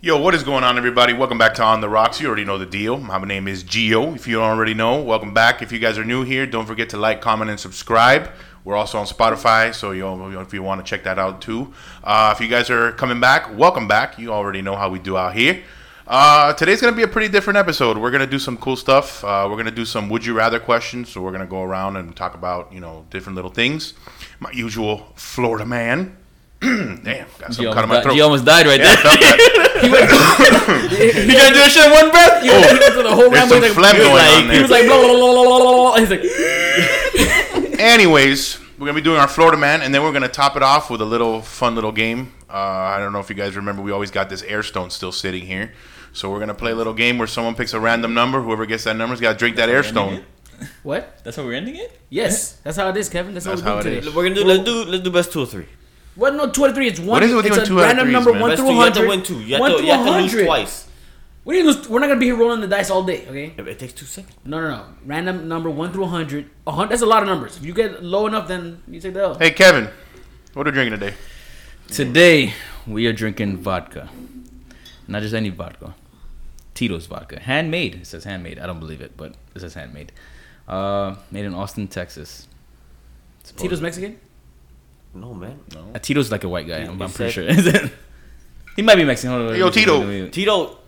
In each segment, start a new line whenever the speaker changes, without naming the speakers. Yo, what is going on, everybody? Welcome back to On the Rocks. You already know the deal. My name is Gio. If you don't already know, welcome back. If you guys are new here, don't forget to like, comment, and subscribe. We're also on Spotify, so you know, if you want to check that out too. Uh, if you guys are coming back, welcome back. You already know how we do out here. Uh, today's going to be a pretty different episode. We're going to do some cool stuff. Uh, we're going to do some would you rather questions. So we're going to go around and talk about you know different little things. My usual Florida man. Damn, got
He
something
almost,
caught in my
di-
throat.
he almost died right
Yeah,
there.
felt that.
he went, you gotta do that shit in one breath. You he went through the whole
Oh, There's
round. he
some
was like,
phlegm going on
he was
there.
like, blah, blah, blah, blah, blah, blah. He's like,
Anyways, we're gonna be doing our Florida man, and then we're gonna top it off with a little fun little game. Uh, I don't know if you guys remember, we always got this airstone still sitting here, so we're gonna play a little game where someone picks a random number. Whoever gets that number's got to drink that airstone.
what?
That's how we're ending it.
Yes, that's how it is, Kevin. That's,
That's
how
how it
we do it
is.
today.
We're gonna do let's do let's do best two or three.
What? No, two out of three. It's one.
What is it with you
it's
and
a
two out of
random
threes,
number
man?
one
Best
through
two, you have to
hundred.
win two. You have
one
to,
through
you have to lose
100.
twice.
We didn't lose, we're not gonna be here rolling the dice all day, okay?
It- It takes two seconds.
No, no, no. Random number one through 100. 100 that's a lot of numbers. If you get low enough, then you take the L.
Hey Kevin, what are you drinking today?
Today we are drinking vodka, not just any vodka, Tito's vodka, handmade. It says handmade. I don't believe it, but it says handmade. Uh, made in Austin, Texas. Tito's Mexican.
No man. No.
Uh, Tito's like a white guy. I'm,
He
I'm pretty sure.
said-
he might be Mexican. Hold on,
Yo,
wait, wait,
Tito.
wait, wait, wait.
Tito,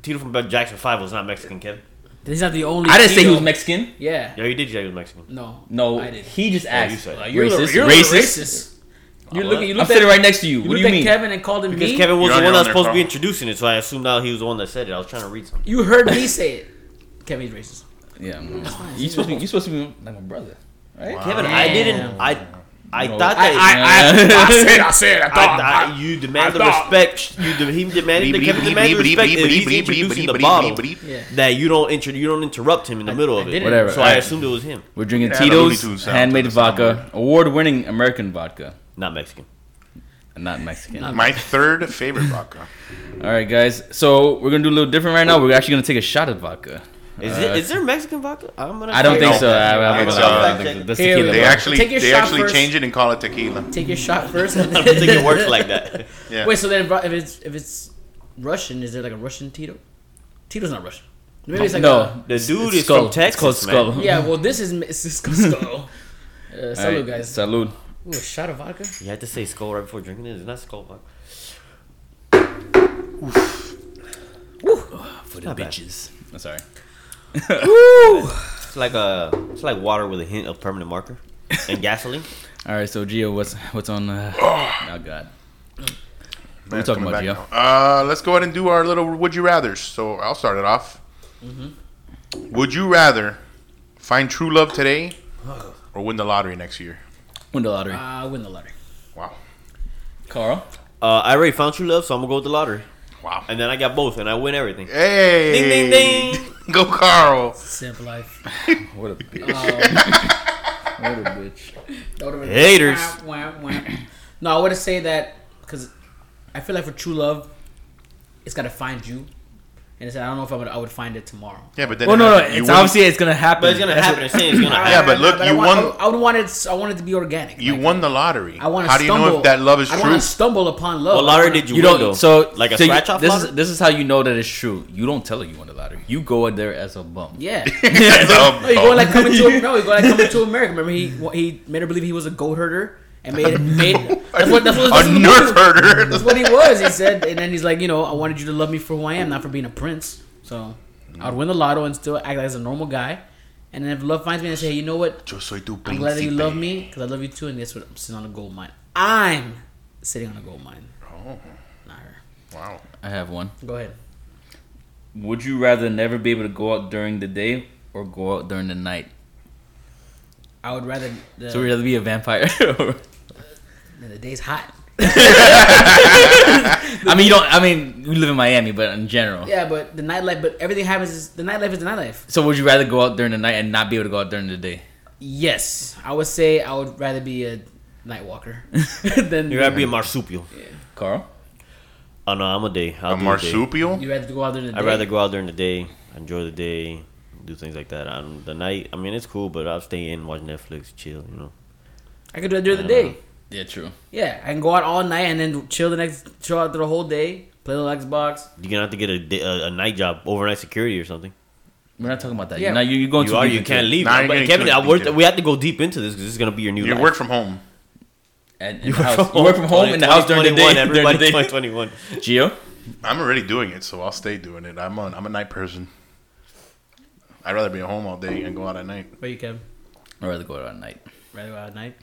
Tito from Bud Jackson Five was not Mexican, Kevin.
He's not the only.
I didn't say he
Tito.
was Mexican.
Yeah.
Yeah, you did. Yeah, he was Mexican.
No.
No,
I did.
he just
you
asked.
said it.
Uh,
You're
racist.
The, you're
racist.
The racist. You look. You
I'm
look
sitting
at
right next to you.
You
what do
looked
you
at
mean?
Kevin and called him
Because
me.
Kevin was
You're on
the one
your
that
own
was
there,
supposed to be
Carl.
introducing it, so I assumed now he was the one that said it. I was trying to read something.
You heard me say it. Kevin's racist.
Yeah. I'm- You supposed to be. You supposed to be like my brother, right?
Kevin, I didn't. I I thought
I,
that.
I, I, I said. I said. I
I,
thought. I,
I- you demanded
I thought-
respect. You de- he demanded that Kevin demanded respect, and he's introducing the bottle.
yeah.
That you don't inter- you don't interrupt him in the middle of
I
it.
didn't.
Whatever.
So I
I-
assumed it was him,
We're drinking
Yeah, the Looney Tunes
Tito's
sound
handmade
to the sound,
vodka, award-winning American vodka,
not Mexican.
not Mexican.
My third favorite vodka.
All right, guys. So we're gonna do a little different right now. We're actually gonna take a shot of vodka.
Is,
Uh,
it, is there Mexican vodka? I'm gonna
I don't think
No.
so. I, I, I,
It's,
I
uh,
don't think so. That's
Here,
tequila.
They
bro.
actually
Take your
they
shot
actually
first.
change it and call it tequila.
Take your shot first. and
I don't think it
then-
works like that.
Yeah.
Wait. So then, if it's if it's Russian, is there like a Russian Tito? Tito's not Russian. Maybe it's like
no,
The dude
it's
is
skull.
from Texas.
It's called
man.
skull.
A, yeah. Well, this is Cisco Skull. Uh,
All right,
salud, guys.
Salud.
Ooh, a shot of vodka.
You had to say skull right before drinking it. It's not skull vodka.
Ah, For
not
the
bad.
bitches. I'm Oh, sorry.
It's like a, it's like water with a hint of permanent marker and gasoline.
All right, so Gio, what's what's on? Uh, oh
Man,
God. What are we talking
coming
about,
back now. Uh, let's go ahead and do our little would you rather's. So I'll start it off. Would you rather find true love today or win the lottery next year?
Win the lottery.
Uh, win the lottery.
Wow.
Carl.
Uh, I already found true love, so I'm gonna go with the lottery.
Wow.
And then I got both, and I win everything.
Hey.
Ding ding ding.
Go Carl.
Simple life.
What a bitch. what a bitch.
Haters.
Wah, wah, wah. No, I would say that because I feel like for true love, it's gotta find you, and it's, I don't know if I would I would find it tomorrow.
Yeah, but then
Well,
it
Oh, no, no.
happened. You
It's
win-
obviously it's gonna happen.
But it's gonna
That's
happen. It's saying it's gonna
Yeah,
happen.
but look,
I
you
want-
won.
I would, I would want it. I want it to be organic.
you
Like,
won the lottery.
I want to.
How do you know if that love is
I
true?
want to stumble upon love.
What
I
lottery
wanna-
did
You,
you,
don't.
win though?
So
like a
so you-
scratch off
This
lottery.
is this is how you know that it's true. You don't tell her you won the lottery. You go in there as a bum.
Yeah.
Love,
No, you
love.
go Oh, like coming to no, you go like coming to America. Remember, he he made her believe he was a goat herder and made made that's what that's what
a
that's what the
nerf
movie-
herder.
That's what he was. He said, and then he's like, you know, I wanted you to love me for who I am, not for being a prince. So
Mm.
I'd win the lotto and still act as a normal guy. And then if love finds me, I say, hey, you know what?
Yo soy tu
I'm glad that you
príncipe.
love me because I love you too. And guess what? I'm sitting on a gold mine. I'm sitting on a gold mine.
Oh,
Not her.
wow.
I have one.
Go ahead.
Would you rather never be able to go out during the day or go out during the night?
I would rather the,
So we'd rather be a vampire. I
the day's hot.
mean, you don't. I mean, we live in Miami, but in general.
Yeah, but the nightlife, but everything happens is the nightlife is the nightlife.
So would you rather go out during the night and not be able to go out during the day?
Yes, I would say I would rather be a night walker than
You're gonna be a marsupial.
Carl.
Oh no, I'm a day. I'll
A
do day.
marsupial?
You rather go out there. in the
I'd
day?
rather go out during the day, enjoy the day, do things like that. On the night, I mean, it's cool, but I'll stay in, watch Netflix, chill. You know,
I could do it during
I
the
don't
day.
know.
Yeah, true.
Yeah, I can go out all night and then chill the next chill out the whole day. play a little Xbox.
You're gonna have to get a, day- a, a night job, overnight security or something.
We're not talking about that.
Yeah.
Now you, you're going
You
to
are. You can't leave.
Nah,
I'm-
you're getting
Kevin,
too
I
deep
worked,
into
we have to go deep into this because this is gonna be your new.
You
life.
work from home.
And, and you, work from you work from home in the house during the day. During
2021, Everybody,
the day.
2021.
Geo,
I'm already doing it, so I'll stay doing it. I'm on. I'm a night person. I'd rather be at home all day and go out at night.
Where you Kev?
I'd rather go out at night.
Rather go out at night.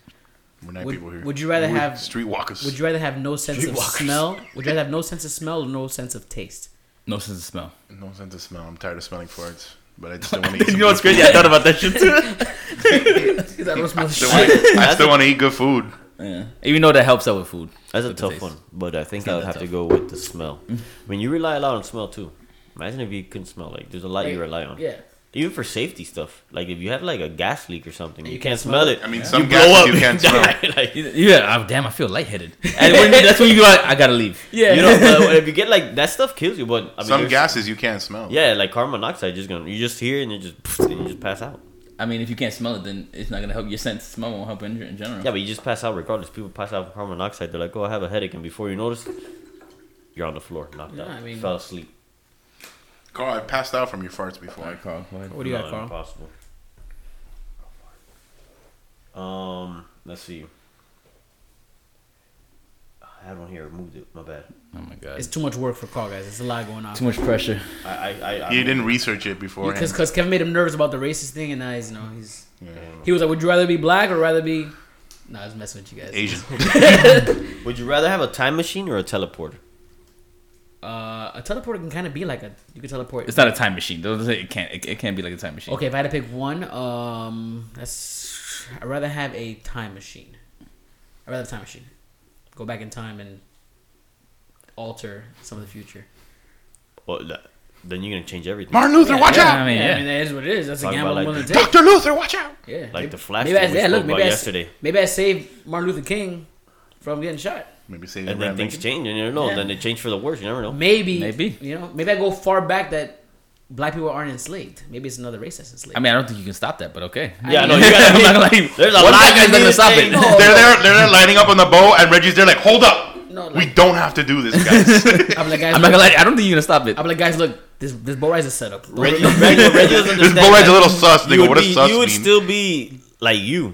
We're night
Would-
people here.
would you rather
We're
have-
streetwalkers?
Would you rather have no sense of smell? Would you rather have no sense of smell or no sense of taste?
No sense of smell.
no sense of smell. I'm tired of smelling farts, but I just don't want to eat.
You
some
know
good
what's crazy? I thought about that shit too.
Because I don't smell
food. I
shit.
still wanna- I still want to eat good food.
Yeah. Even though that helps out with food.
That's a
With the
tough
taste.
one, but I think
not
I would
that
have to
tough.
go with the smell. I mean, you rely a lot on smell too. Imagine if you couldn't smell. Like, there's a lot you
Right.
rely on.
Yeah.
Even for safety stuff, like if you have like a gas leak or something, you, can't, smell it.
I mean, some gases you can't smell.
Like, you
Yeah, oh, damn, I feel lightheaded. And when, that's when you go, I gotta leave.
Yeah.
know, but if you get like that stuff kills you. But I mean,
Some
there's-
gases you can't smell.
Yeah, like carbon monoxide, just gonna you just hear and you just and you just pass out.
I mean, if you can't smell it, then it's not gonna help. Your sense of smell won't help in, in general.
Yeah, but you just pass out regardless. People pass out from carbon monoxide. They're like, oh, I have a headache, and before you notice, you're on the floor, knocked
Yeah,
out,
I mean-
fell asleep.
Carl, I passed out from your farts before.
All right, Carl, go ahead.
What do you got,
No,
Carl?
Impossible. Um, let's see. I had one here. Moved it. My bad.
Oh my god.
It's too much work for Carl, guys. It's a lot going on.
too much pressure.
I I I, I
You didn't research it beforehand.
Because because Kevin made him nervous about the racist thing, and now he's you know he's
Yeah.
he was like, would you rather be black or rather be? Nah, I was messing with you guys.
Asian.
Would you rather have a time machine or a teleporter?
Uh, a teleporter can kind of be like a you can teleport.
It's not a time machine. Don't say It can't. It, it can't be like a time machine.
okay, if I had to pick one, um, that's I'd rather have a time machine. I'd rather have a time machine. Go back in time and alter some of the future.
Well, that, then you're gonna change everything.
Martin Luther, watch
yeah.
out!
I mean,
I mean that is what it is. That's a
Talk about
gamble I'm
like-
willing to take.
Doctor Luther, watch out!
Yeah,
Like the Flash
Maybe I,
thing we
yeah,
spoke
look, maybe
about
I
yesterday.
yesterday. Maybe I saved Martin Luther King from getting shot.
Maybe say
And then
Abraham
things
Lincoln.
change, and you never know.
Yeah.
Then they change for the worse. You never know.
Maybe,
Maybe.
you know, maybe I go far back that black people aren't enslaved. Maybe it's another race that's enslaved.
I mean, I don't think you can stop that, but okay.
Yeah, no,
I'm
you gotta-
not gonna lie.
There's a
One
lot
black
you
guy's not
need
gonna
to
stop
take.
it.
No.
They're there. They're there lining up on the bow, and Reggie's there like, hold up.
No,
we
like-
don't have to do this, guys.
I'm like, guys,
I'm not
look,
gonna lie. I don't think you're gonna stop it.
I'm like, guys, look, this this boat ride is a setup. Don't
Reggie,
worry.
Reggie, Reggie doesn't
This
understand
boy ride's
that.
a little sus,
You
nigga.
would,
What
be-
does sus
you
mean?
would still be like you.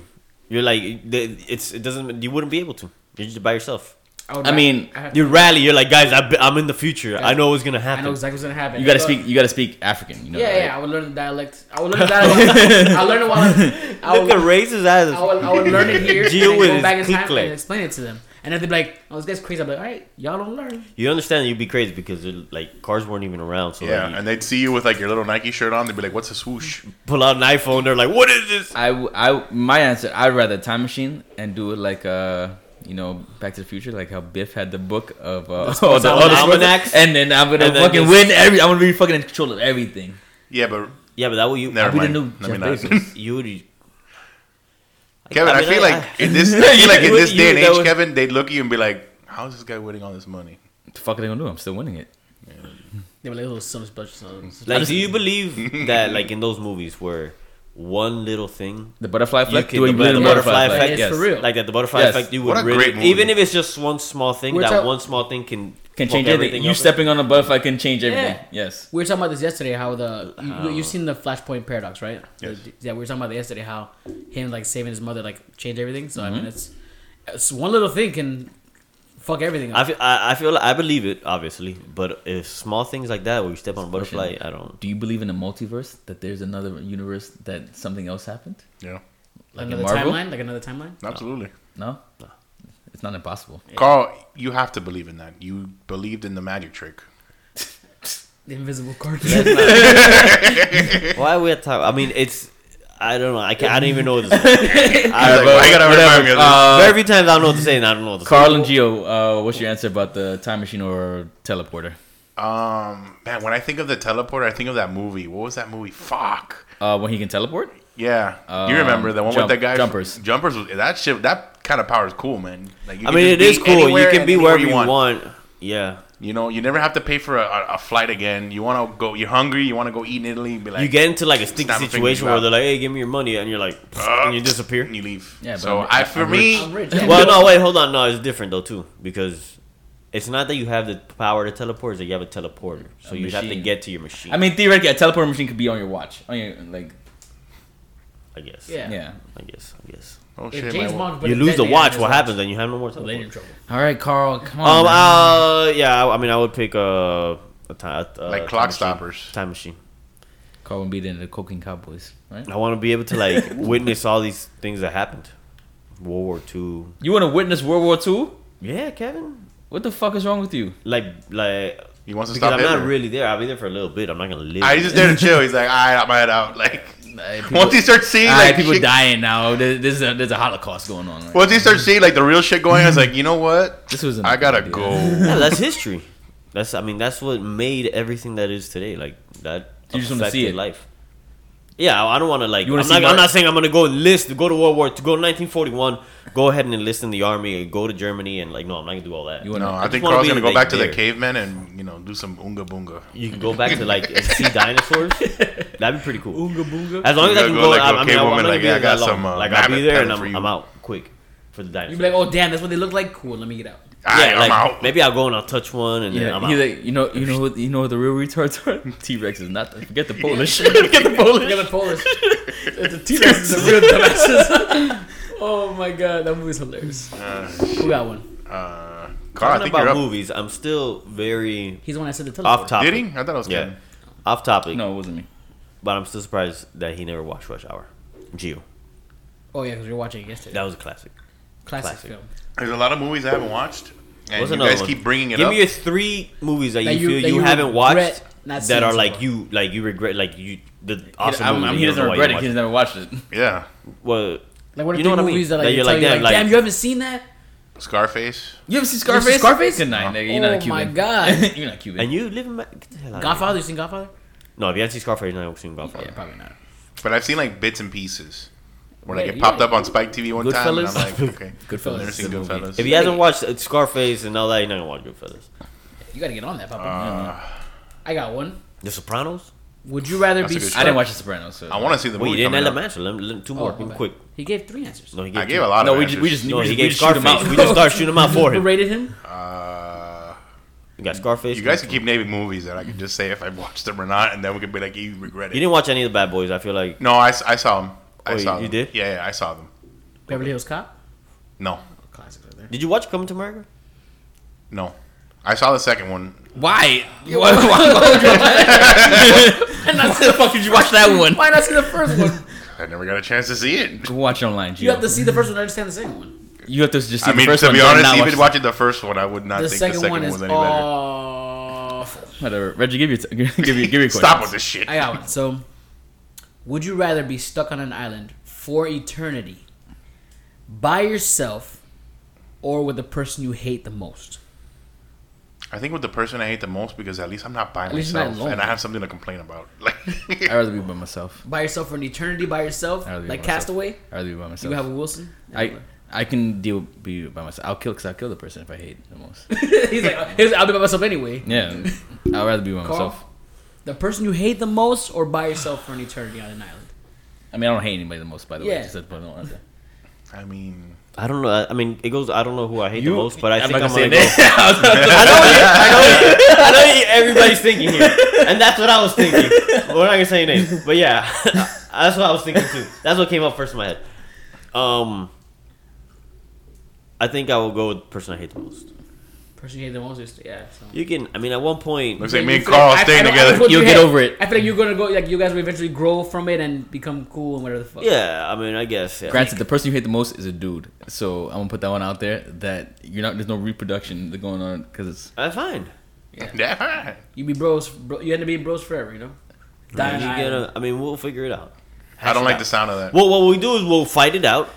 You're like the- it's it doesn't you wouldn't be able to. You're just by yourself.
would
I
ra-
mean,
I, have-
You rally. You're like guys. I be, I'm in the future. I know what's gonna
I
happen.
know exactly what's gonna happen.
You gotta
But-
speak. You gotta speak African. You know
Yeah,
that,
yeah, I
right?
would learn the dialect. I would learn the dialect. I learn it while I'm- I
Look
would,
at raises eyes.
I would, I would learn it here, and
Deal
then
with
go
his
back in time
click-clack.
and explain it to them. And then they'd be like, "Oh, this guy's crazy." I'm like, "All right, y'all don't learn."
You understand? You'd be crazy because they're, like cars weren't even around. So
Yeah,
like, you
and they'd see you with like your little Nike shirt on. They'd be like, "What's a swoosh?"
pull out an iPhone. They're like, "What is this?"
I, w- I, my answer. I'd rather a time machine and do it like uh, you know, Back to the Future, like how Biff had the book of uh, all the all the
almanacs.
and then I'm gonna
And then
fucking
just-
win every. I'm gonna be fucking in control of everything.
Yeah, but
Yeah, but that way you
never
be
mind.
the new
Let me
Jeff
not.
Bezos.
you would.
Kevin, I,
mean,
feel
I-
like in this, I feel like in
You-
this day and
you- that
age,
would-
Kevin, they'd look at you and be like, "How is this guy winning all this money?"
What the fuck are they gonna do? I'm still winning it.
They were like, "Oh, so much budget." so much."
Like, do you believe that like in those movies where one little thing
The butterfly effect.
can-
Do it,
the
you believe in
butterfly effect
is for real.
Like that, the butterfly
Yes.
effect. You
What
would
a
really,
great movie.
even if it's just one small thing,
We're
that
talk-
one small thing can
Can
fuck
change everything. You
up.
stepping on a butterfly can change everything. Yes.
We were talking about this yesterday. How the you, you- you've seen the Flashpoint paradox, right?
Yes.
Yeah, we were talking about that yesterday. How him like saving his mother like changed everything. So I mean, it's, it's one little thing can fuck everything.
I
Up.
feel, I, I feel, I believe it, obviously, but if small things like that, where you step on a butterfly, I don't.
Do you believe in a multiverse? That there's another universe that something else happened?
Yeah,
Like in
another
Marvel?
timeline, like another timeline.
absolutely.
No. It's not impossible.
Carl, you have to believe in that. You believed in the magic trick.
The invisible card.
Why are we at time? I mean, it's, I don't know. I can't. I don't even know what to say. I,
He's like, "Why you gotta remind me of this?"
Uh,
every time I don't know what to say, and I don't know what to
Carl and Gio, uh, what's your answer about the time machine or teleporter?
Um, man, when I think of the teleporter, I think of that movie. What was that movie? Fuck.
Uh, when he can teleport?
Yeah, you
Um,
remember the one
jump-
with that guy?
jumpers.
Jumpers. Was, that shit. That kind of power is cool, man. Like, you
say. I
can just
mean, it
be
is cool. You
anywhere
can
and
be
anywhere
wherever you want. Yeah,
You know, you never have to pay for a, a, a flight again. You want to go. You're hungry. You want to go eat in Italy. Be like,
you get into like a sticky
snap a finger, you
situation where
out.
they're like, "Hey, give me your money," and you're like, and you disappear.
and you leave.
Yeah,
Yeah.
but
So
I'm-
I, for
I'm
me,
I'm rich.
Well, no, wait, hold on. No, it's different though too because It's not that you have the power to teleport; it's that you have a teleporter. So you have to
machine.
get to your machine.
I mean, theoretically, a teleport machine could be on your watch. On your like,
I guess.
Yeah.
yeah.
I guess. I guess.
Oh
If
shit,
James
my-
Bond
you
put a
lose the
detonate on
watch.
his
What happens? Then you have no more
So then you're in
teleport.
trouble.
All right, Carl. Come on.
Um.
Oh, man.
Uh. Yeah. I I mean, I would pick uh, a time uh,
like
time
clock
machine.
stoppers.
Time machine.
Carl would be in the Coking Cowboys, right?
I want to be able to like witness all these things that happened. World War Two.
You want to witness World War II?
Yeah, Kevin.
What the fuck is wrong with you?
Like, like.
He wants to
Because
stop
I'm
Hitler.
not really there. I'll be there for a little bit. I'm not gonna live.
Ah, he's just there to chill. He's like, all right, I'm right out. Like,
Alright,
once he starts seeing
alright,
like
people
shit-
dying now. There- There's a there's a Holocaust going on. Right?
once he starts seeing like the real shit going, on, it's like, you know what?
This was. an
I gotta
idea.
go.
yeah, that's history. That's I mean that's what made everything that is today. Like that
You just wanna
affected
see it.
life. Yeah, I I don't want to like.
You wanna
I'm,
see
not,
Mar-
I'm not saying I'm gonna go enlist, go to World War, to go to 1941, go ahead and enlist in the army, and go to Germany, and like no, I'm not gonna do all that.
You
You,
wanna,
No, I think
wanna
Carl's
be
gonna go
like
back to the
there.
cavemen and you know do some unga bunga.
can go back to like and see dinosaurs. That'd be pretty cool.
Oonga booga.
As long as
You
I
gotta
can
go
go,
like,
I, I
okay,
mean,
woman,
I'm not
like,
gonna be
yeah, I
there that
got some,
long.
uh,
Like I'll
rabbit
be there and
pattern for
I'm,
you.
I'm out quick for the
You'd
dinosaurs.
be like, oh damn, that's what they look like. Cool, let me get out.
All right,
like,
I'm out.
Maybe I'll go and I'll touch one and then
Yeah,
I'm
he's
out.
like, you know, you know, what, you know what the real retards are. T Rex is not. The, forget the Polish. forget the Polish.
Forget the Polish. the T-Rex is the real dumbasses. oh my god, that movie's hilarious. Who got one?
Uh, Carl, I
Talking
think you're
about
up.
movies, I'm still very
He's the one that said the teleport.
off topic.
Did he? I thought I was
Yeah.
kidding.
Off topic.
No, it wasn't me.
But I'm still surprised that he never watched Rush Hour. Geo.
Oh yeah, because we were watching it yesterday.
That was a classic.
classic,
classic.
film.
There's a lot of movies I haven't watched, and
What's
you
another
guys
one?
keep bringing it
Give
up.
me your three movies that,
That
you
you-
feel
that
you,
you
haven't watched
regret not
that
seeing
are
so
like
far.
you like you regret like you the awesome
I'm,
movies
I'm,
that
he
you
doesn't
don't know why
regret
you
it. He's
watched
never watched it.
yeah,
Well,
Like what are
You
you three
know what I mean?
movies that,
That
like,
you're
you
like,
like, you,
damn,
like,
like-
damn, you haven't seen that?
Scarface.
You ever see
ever
Scarface?
see Scarface?
Good night,
No.
nigga. You're not a
Oh
Cuban.
my God.
You're not Cuban.
and you live in Ma- get the hell out of here.
Godfather, you seen Godfather?
No, if you haven't seen Scarface, you're not seen Godfather.
Yeah, probably not.
But I've seen like bits and pieces. Where like
Yeah,
it popped
yeah.
up on Spike TV one time, and I'm
Goodfellas?
like, okay, I've
Goodfellas
never
is
seen
a movie.
Goodfellas.
If you haven't watched uh, Scarface and all that, you're not gonna watch Goodfellas.
You gotta get on that, Papa.
Uh,
I got one.
The Sopranos.
Would you rather
That's
be?
a good
I
Stuck?
didn't watch The Sopranos. So.
I want to see the
Wait,
movie.
you didn't
coming
let
up.
him answer. Let him, let him- two
Oh,
more,
my
real
bad.
quick.
He gave three answers.
No, he gave
I
two.
gave a lot
No,
of
we just, we
answers.
just
No,
we
he
just,
gave
we just shoot him
Scarface.
out.
We just start shooting him out for
Who
him.
rated him?
Uh,
We got Scarface.
you guys can keep naming movies that I can just say if I watched them or not, and then we can be like, you regret it.
You didn't watch any of the Bad Boys. I feel like
no, I, s- I saw them. I
Oh, you-
saw
you
them.
did?
Yeah, yeah, I saw them.
Beverly Hills Cop.
No,
Classic right there.
Did you watch Coming to America?
no, I saw the second one.
Why? Why, why, why the fuck did you watch that one?
Why not see the first one?
I never got a chance to see it.
Go watch it online, Gio.
You have to see the first one to understand the second one.
You have to just see
I mean,
the first
to
one.
be
then
honest,
not
even
watch
watching the first one, I would not
The
think
second,
the second
one
one
is
was any better.
awful.
Whatever. Reggie, give your t- give your give your question.
Stop with this shit.
I got one. So, would you rather be stuck on an island for eternity, by yourself, or with the person you hate the most?
I think with the person I hate the most because at least I'm not by
least you're not
myself
alone.
and I have something to complain about. Like,
I'd rather be by myself.
By yourself for an eternity, by yourself,
I'd rather be
like
by myself.
Castaway.
I'd rather be by
Do
myself.
you have a Wilson?
I I can deal be by myself. I'll kill because I'll kill the person if I hate the most.
he's like, uh, he's like, I'll be by myself anyway.
Yeah, I'd rather be by
Carl?
myself.
The person you hate the most, or by yourself for an eternity on an island.
I mean, I don't hate anybody the most, by the way.
Yeah.
Just that point, I don't want to-
I mean,
I don't know. I, I mean, it goes. I don't know who I hate the most, but I
I'm
think I'm
not
gonna
gonna
go.
say it. I was about to-
I know, what you- I know, what you- I know what you- everybody's thinking here, and that's what I was thinking. We're not gonna say names, but yeah, that's what I was thinking too. That's what came up first in my head. Um, I think I will go with the person I hate the most.
Person you hate the most is yeah. So.
You can. I mean, at one point,
looks like me
You
and
feel-
Carl
I- I
staying
don't- I don't
together.
put
You'll
you
get
ahead.
over it.
I feel like you're gonna go like you guys will eventually grow from it and become cool and whatever the fuck.
yeah. I mean, I guess. Yeah.
Granted, the person you hate the most is a dude, so I'm gonna put that one out there. That you're not. There's no reproduction that going on because it's.
That's fine.
Yeah.
You be bros, bro, you end up being bros forever, you know. Die on
You
an
get
island.
a- I mean, we'll figure it out.
I don't
it
like
out.
the sound of that.
Well, what we do is we'll fight it out,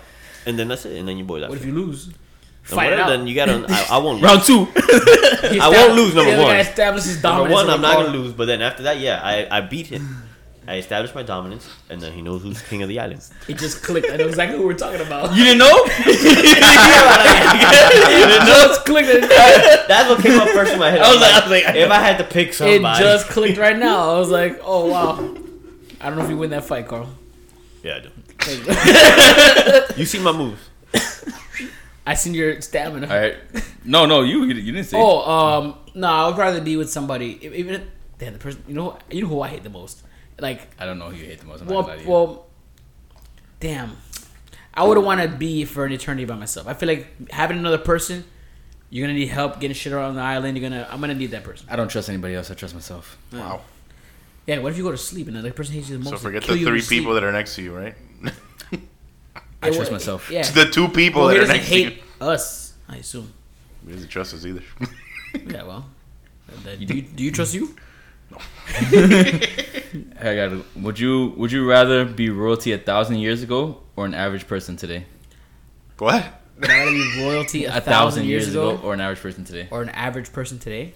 and then that's it, and then you boys.
What if
out.
you lose?
And
Fight it
whatever,
out.
Then you gotta. I, I won't.
Round two.
He
I
estab-
won't lose, number
the other
one.
Guy establishes
Number
dominance.
one, I'm not
Carl.
gonna lose, but then after that, yeah, I, I beat him. I established my dominance, and then he knows who's king of the island.
It just clicked. I know exactly who we're talking about.
You didn't know?
it just clicked. It
That's what came up first in my head.
I was like- I was like-
if I had to pick somebody,
just clicked right now. I was like, oh wow. I don't know if you win that fight, Carl.
yeah, I do.
Thank you.
You see my moves.
I seen your stamina.
All right. No, no, you you didn't say.
Oh, um, no, I would rather be with somebody. e- Even if, damn, the person, you know, you know who I hate the most. Like,
I don't know who you hate the most. I'm not
well,
gonna lie to you.
well, damn, I wouldn't want to be for an eternity by myself. I feel like having another person, you're gonna need help getting shit around the island. You're gonna, I'm gonna need that person.
I don't trust anybody else. I trust myself.
Wow.
Yeah, what if you go to sleep and the other person hates you the most?
So
and
forget
kill
the
you in
three
your sleep?
people that are next to you, right?
I
Yeah,
trust
well,
myself.
Yeah,
the two people
well, he
that are
doesn't
next to you.
hate us. I assume.
He doesn't trust us either.
Yeah, well, do you, do you trust you?
I got. to Would you Would you rather be royalty a thousand years ago or an average person today?
what?
Would I rather be royalty a, thousand years ago,
or an average person today?
or an average person today?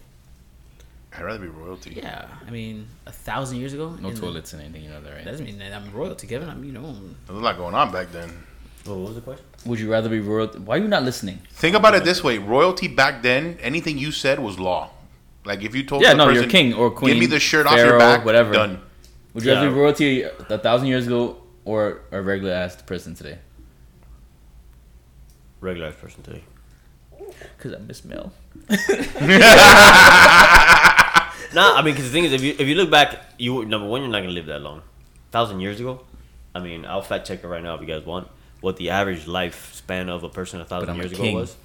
I'd rather be royalty.
Yeah, I mean, a thousand years ago.
No
in the-
toilets and anything, you know that, right?
That doesn't mean that I'm royalty, Kevin. I'm, you know,
There's a lot going on back then.
What was the question?
Would you rather be royalty? Why are you not listening?
Think about it this way: royalty back then, anything you said was law. Like if you told
Yeah,
the
no,
person,
you're king or
give me
queen,
the shirt off your
pharaoh,
back,
whatever.
done.
Would you rather be
Yeah.
royalty a thousand years ago or a regular ass person today?
Regular person today.
Because I miss Mel.
Nah, I mean, because the thing is, if you if you look back, you number one, you're not gonna live that long. thousand years ago, I mean, I'll fact check it right now if you guys want what the average lifespan of a person a thousand
I'm a
years ago
king.
was.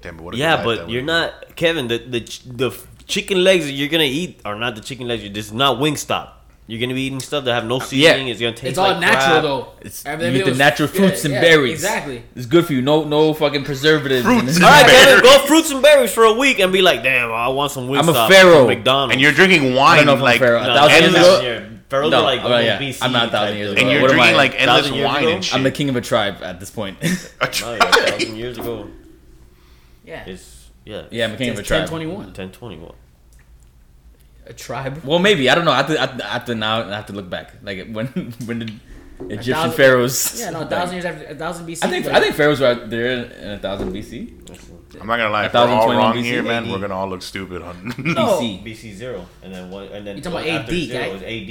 Damn, but what a good
Yeah,
life that
but
would
you're
be.
not Kevin. The the ch- the f- chicken legs that you're gonna eat are not the chicken legs. You, this is not Wingstop. You're gonna be eating stuff that have no seasoning. It's gonna taste.
it's all
like
natural
crap.
though.
It's, you
Everything
eat the
was-
natural
yeah,
fruits and
yeah,
berries.
Exactly.
It's good for you. No, no fucking preservatives.
Fruits
in
and
it.
All right, Kevin,
Berries.
go fruits and berries for a week and be like, damn, I want some Wingstop.
I'm a
some
pharaoh.
McDonald's.
and you're drinking
I
wine
don't know if I'm
like,
pharaoh. A
No,
thousand years
endless-
ago.
Pharaohs
No,
are like
I'm not- yeah,
BC
I'm not a thousand
type
years
thing.
and
ago.
you're
What am
drinking
I,
like endless
thousand years
wine
ago?
and shit.
I'm the king of a tribe at this point.
No, Oh, yeah, a thousand years ago.
Yeah.
It's yeah.
yeah, I'm a king of a
It's ten
tribe.
twenty one.
Ten twenty one.
A tribe.
Well, maybe I don't know. I have to, I have to, I have to now I have to look back. Like when when the Egyptian
thousand-
pharaohs.
Yeah, no, a thousand years after a thousand BC.
I think
but-
I think pharaohs were out there in a thousand BC.
I'm not gonna lie, if we're
1021
all wrong
BC,
here, man.
AD.
We're gonna all look stupid. On
No.
BC.
BC zero, and then one, and then
You're talking
one
about
after
AD,
zero
guy.
is AD.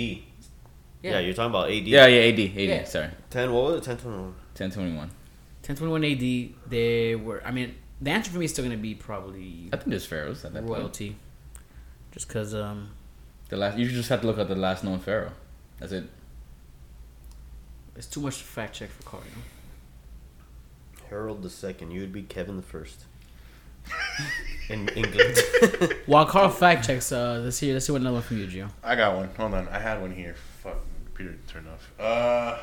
Yeah.
yeah,
you're talking about AD.
Yeah, yeah, AD, AD.
Yeah.
Sorry,
Ten. What was it? Ten twenty one.
ten twenty one.
ten twenty one A.D. They were. I mean, the answer for me is still gonna be probably
I think there's pharaohs at that point.
royalty, just because um
The last you just have to look at the last known pharaoh. That's it.
it's too much to fact check for Carl. you know?
Harold the second. You would be Kevin the first. In England.
While Carl fact checks, uh, let's see let's see what another one from you, Gio.
I got one. Hold on, I had one here. Fuck, my computer turned off. Uh,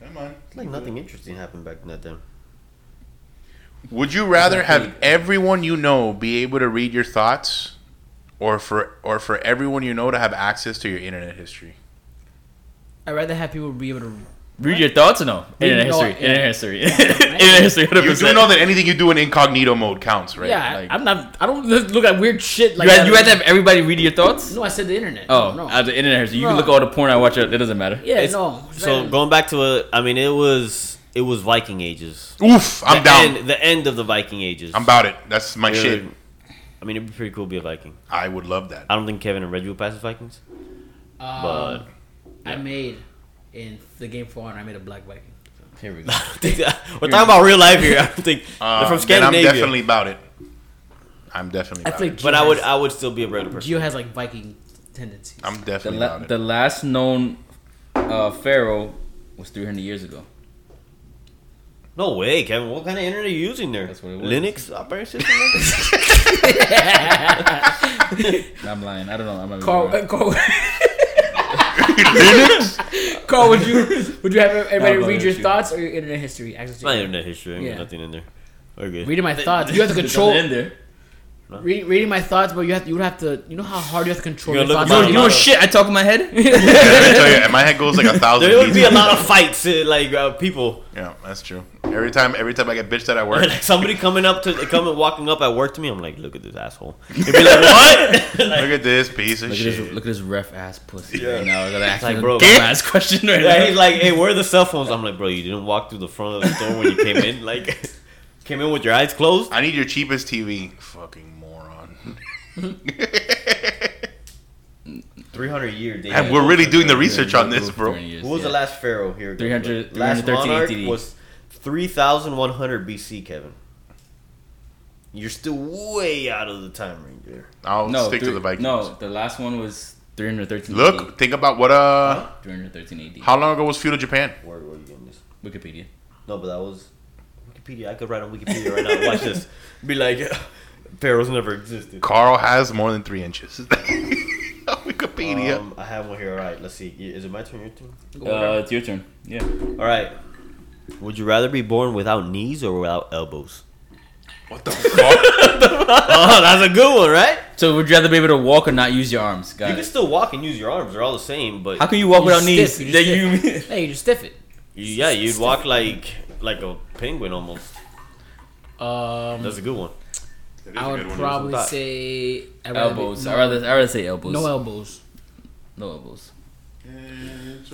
come on.
It's like nothing interesting happened back then. then.
Would you rather have everyone you know be able to read your thoughts, or for or for everyone you know to have access to your internet history?
I'd rather have people be able to.
Read your thoughts or no?
Read
Internet
your-
history.
yeah.
Internet history. Internet history. 100%.
You do know that anything you do in incognito mode counts, right?
yeah,
like-
I'm not. I don't look at weird shit like
You had,
that.
you had to have everybody read your thoughts.
No, I said the internet.
Oh,
no.
at the internet history. You can
No.
look at all the porn I watch. It it doesn't matter.
yeah,
It's-
no.
So going back to a, I mean, it was it was Viking ages.
Oof, I'm
the
down.
End, the end of the Viking ages.
I'm about it. That's my
It
shit.
would- I mean, it'd be pretty cool to be a Viking.
I would love that.
I don't think Kevin and Reggie would pass as Vikings,
Um,
but.
Um, I made in the game for honor. I made a black Viking.
Here we go.
I don't think that- we're talking about real life here. I don't think
Um,
Uh, they're from
then
Scandinavia.
I'm definitely about it. I'm definitely.
I
About
think,
it.
but I would, I would still be a regular person.
Geo has like Viking tendencies.
I'm
The,
definitely
la-
about it.
the last known uh, pharaoh was 300 years ago.
No way, Kevin. What kind of internet are you using there?
That's what it was.
Linux operating system. like that?
I'm lying. I don't know. I'm not
Carl,
even-
uh, Carl, Carl, would you would you have everybody
No, I'm
read your
going to.
thoughts or your internet history? Access to
my
your-
internet history. ain't got
Yeah.
Nothing in there. We're good.
Reading my thoughts. You have to
It doesn't
control.
end there.
Read, reading my thoughts, but you have you would have to. You know how hard you have to control
You're
your
gonna
thoughts.
look at
Yo,
my-
you know shit. I talk in my head.
I tell you, my head goes like a thousand.
There would be a
beats.
lot of fights, uh, like uh, people,
Yeah, that's true. Every time, every time I get bitched at at work,
like somebody coming up to, coming walking up at work to me. I'm like, look at this asshole. It'd be like, what? like,
look at this piece of
Look at
shit.
this. Look at this ref ass pussy right now. I gotta ask
Like,
like,
bro.
bro, dumb ass question right
yeah,
now.
he's like, hey, where are the cell phones? I'm like, bro, you didn't walk through the front of the store when you came in. Like, came in with your eyes closed.
I need your cheapest TV. Fucking moron.
300 years. they
And
had-
we're really doing the research on this, bro.
Who was the last pharaoh here?
300
last
313
monarch
AD.
was 3,100 BC, Kevin. You're still way out of the time range there.
I'll
No,
stick
three-
to the Vikings.
No, the last one was 313. AD.
Look, think about what uh,
313 AD.
how long ago was feudal Japan?
Where were you getting this?
Wikipedia.
No, but that was Wikipedia. I could write on Wikipedia right now. Watch this. Be like, pharaohs never existed.
Carl has more than three inches. On Wikipedia.
Um, I have one here. All right, let's see. Is it my turn? Your turn?
Uh, it's your turn. Yeah.
All right. Would you rather be born without knees or without elbows?
what the fuck?
oh, that's a good one, right?
So would you rather be able to walk or not use your arms? Got
You
it.
can still walk and use your arms. They're all the same, but
How can you walk
You
without
stiff,
knees?
you
That
stiff.
you-
Hey, you just stiff it.
you- yeah, you'd walk like like a penguin almost.
Um,
That's a good one.
I would probably
Thought.
say I'd rather be-
elbows.
No,
I rather I rather say elbows.
no elbows.
No elbows.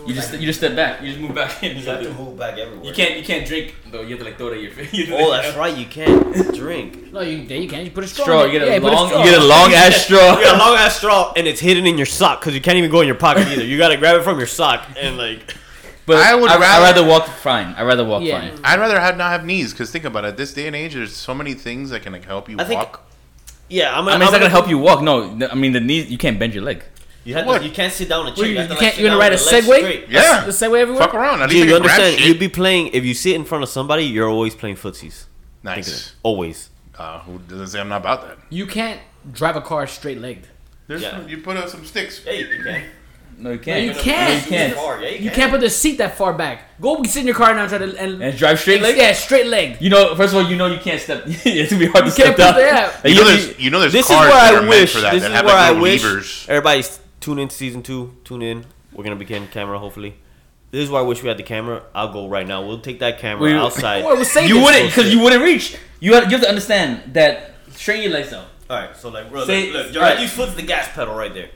You just you just step back. You just move back in. You, have to-
move back everywhere.
you can't you can't drink though. You have to like throw it at your face. You have to,
Oh,
like,
that's right. You can't drink.
No, you there you can. You put a straw.
straw.
in
You
it.
get a
Yeah, put
long
straw.
you get a long ass straw.
You got a long ass straw and it's hidden in your sock because you can't even go in your pocket either. You gotta grab it from your sock and like.
But
I would
I, would
rather-
rather walk fine. I rather walk
Yeah.
fine.
I'd rather have not have knees because think about it. This day and age, there's so many things that can like help you
I think-
walk.
Yeah, I'm gonna.
I mean,
I'm
it's not
gonna
gonna help you walk. No, th- I mean the knees. You can't bend your leg.
You, have
What?
to, you can't sit down and
What,
check.
you-
have to,
you
like,
can't-
sit
you wanna
down
ride
with
a
the legs
Segway?
straight.
Yeah,
The same way everywhere.
fuck around. At least
Dude,
I
you
can grab
understand?
shit.
You'd be playing if you sit in front of somebody. You're always playing footsies. Think of
nice.
it. Always.
Uh, who doesn't say I'm not about that?
You can't drive a car straight legged.
There's
Yeah.
you put up some sticks.
Hey, you can.
No, you can't.
you can't.
you can't.
yeah,
You can't put the seat that far back. Go sit in your car now and try to and,
And drive straight leg.
Yeah, straight legged.
You know, first of all, you know you can't step. it's gonna be hard to
can't
step
put
down.
that.
And
You
you-
know there's you know there's
This is
cars
where
that are
I
meant
wish.
for that.
This
that
is
have
where I
like little
wish.
levers.
Everybody's tune in to season two. Tune in. We're gonna begin camera hopefully. This is where I wish we had the camera. I'll go right now. We'll take that camera
Wait, wait.
outside.
Or we'll save
You
it.
wouldn't, because you wouldn't reach. You have, you have to understand that. Straighten your legs out.
All right, so like, bro,
Say-
look, look,
all right.
right. you foot's the gas pedal right there.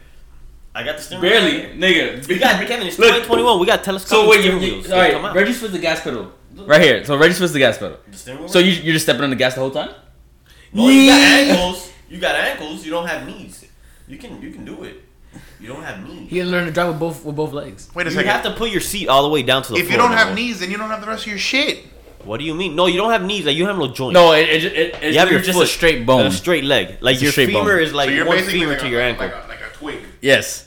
I got the steering wheel.
Barely, nigga.
We got Kevin. It's
Look.
2021. We got telescopic
So wait, you,
steering
you,
wheels.
all
They come
right.
out.
Reggie's with the gas pedal, right here. So Reggie's with the gas pedal.
The steering wheel?
So you you're just stepping on the gas the whole time.
No, you got
Yeah.
ankles. You got ankles. You don't have knees. You can you can do it. You don't have knees.
He didn't learn to drive with both with both legs.
Wait a
You have
second.
to put your seat all the way down to the
If you
floor,
don't
no.
have knees, then you don't have the rest of your shit.
What do you mean? No, you don't have knees. Like you have no joint.
No, it, it, it, it's
You have your
literally just
foot.
a straight bone.
a straight leg. Like
It's a
your
straight
femur
bone.
is like
so you're
one
basically
femur
like
to
a,
your
like,
ankle.
like a, like a twig.
yes.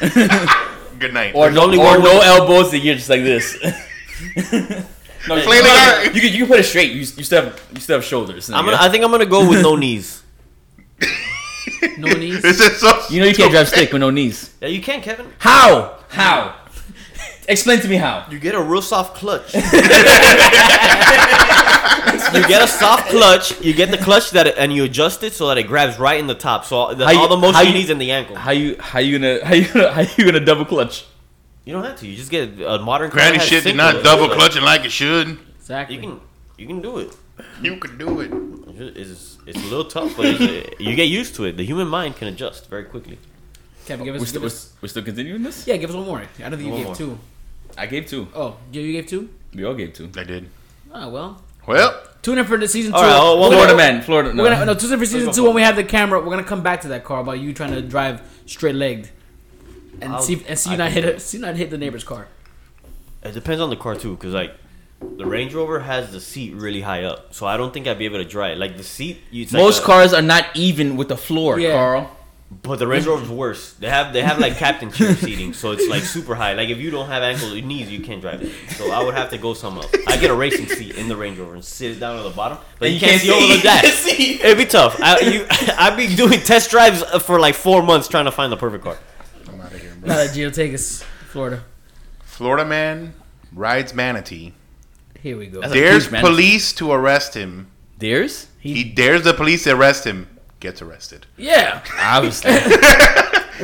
Good night.
Or
Or
no,
only
or
one
no
way-
elbows. That you're just like this. no, you,
Clearly
you,
not.
you, can, you can put it straight. You, you still have you still have shoulders.
I'm gonna,
nigga.
I think I'm gonna go with no knees.
No knees.
this is so.
you know you can't drive stick with no knees.
Yeah, you can, Kevin.
How? How? Explain to me how.
You get a real soft clutch. you get a soft clutch. You get the clutch that it, and you adjust it so that it grabs right in the top. So all the,
How you-
all the
how
motion you,
you-
needs in the ankle.
How you how you gonna how you gonna how you gonna double clutch?
You don't have to. You just get a modern. car
Granny
that has
shit did
sync
not
with it.
double clutching like it should.
Exactly.
You can you can do it.
You can do it.
It's, it's a little tough, but it's, you get used to it. The human mind can adjust very quickly.
Kevin, give
We're
us,
still
give
we're,
us-
we're still continuing this.
yeah, give us one more. I don't think you
One
gave
more.
two.
I gave two.
Oh, you, you gave two.
We all gave two.
I did.
Oh well.
Well,
Tune in for the season two.
All right, oh, one
We're
Florida
gonna-
man, Florida. No.
We're gonna, no, tune in for
go
season two
for
when we have the camera. We're gonna come back to that car about you trying to drive straight legged, and
I'll-
see and see you
I
not
can
hit a, see you not hit the neighbor's car.
It depends on the car too, because like the Range Rover has the seat really high up, so I don't think I'd be able to drive. Like the seat, you- it's like
Most
a-
cars are not even with the floor,
Yeah.
Carl.
but the Range Rover's worse. They have they have like captain chair seating, so it's like super high. Like if you don't have ankles or knees, you can't drive. So I would have to go some up. I get a racing seat in the Range Rover and sit it down on the bottom, but you, can't, see over the dash.
see.
It'd be tough. I, you, I'd be doing test drives uh, for like four months trying to find the perfect car.
I'm out of here, bro.
Now that Gio take us Florida.
Florida man rides manatee.
Here we go.
That's a
Dares
huge manatee.
police to arrest him.
Deers?
He dares the police to arrest him. Gets arrested.
Yeah.
Obviously.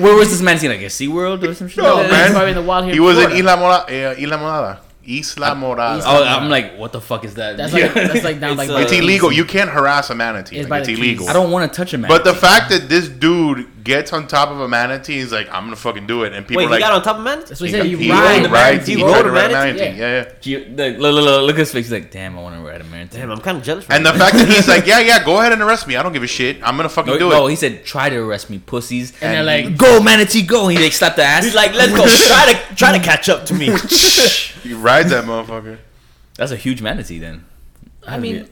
Where was this man seen? Like a Sea World or some shit?
No,
like that?
Oh, man.
He's probably in the wild here.
He was in
Florida.
Isla Mora, uh, Isla Morada. Isla Morada.
Oh, I'm like, what the fuck is that?
That's like that's like down
It's,
like.
uh,
by
It's
the-
illegal. You can't harass a manatee.
It's
Like,
by
it's
the trees.
illegal.
I don't want to touch a man.
But the fact that this dude gets on top of a manatee, he's like, "I'm gonna fucking do it," and people
Wait,
are
he
like,
got on top of man.
That's what he said. You
he
ride.
rode
the
a manatee,
manatee.
he
You rode
tried to
a
ride a
manatee?
manatee. Yeah, yeah.
Gee, like, look, look, look, look at his face. He's like, damn, I want to ride a man.
Damn, I'm kind of jealous. Right
And the fact that he's like, "Yeah, yeah, go ahead and arrest me. I don't give a shit. I'm gonna fucking
No,
do
no,
it."
he said, try to arrest me, pussies.
And they're like,
go, manatee, go. And he like slapped the ass.
He's like, let's go. try to try to catch up to me.
He rides that motherfucker.
that's a huge manatee then.
I mean,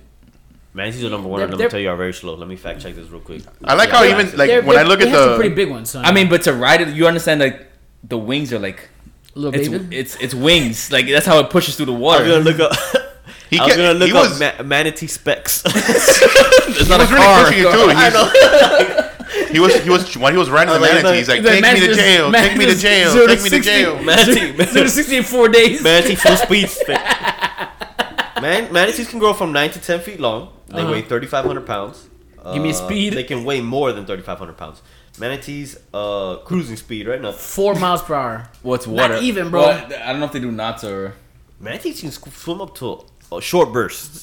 Manzi's the number one.
They're-
and I'm
they're-
gonna tell you, are very slow. Let me fact check this real quick.
I like how
Yeah,
even
Manzi's-
like
They're
when
big-
I look
they
at
have
the
some pretty big ones. Son.
I mean, but to ride it, you understand like the wings are like
little
it's,
baby.
it's it's wings. Like that's how it pushes through the
I'm gonna
water.
look up.
He
I was
ca-
gonna look
he
up
was-
ma- manatee specs.
It's
he
not a
was really
car.
pushing it too. He's- he was he was when he was riding the
like,
manatee. He's like,
The
take me to
Masters-
jail, take me to
Masters
jail,
zero to
take me to
60.
jail.
manatee,
Zero to sixty in four days.
manatee full speed spec. Man, manatees can grow from nine to ten feet long. They
Uh-huh.
weigh 3,500 pounds.
Give me
Uh,
speed.
They can weigh more than 3,500 pounds. Manatees uh, cruising speed right now.
Four miles per hour.
What's
Not
water?
even, bro.
Well, I don't know if they do knots or.
Manatees can squ- swim up to uh, short bursts.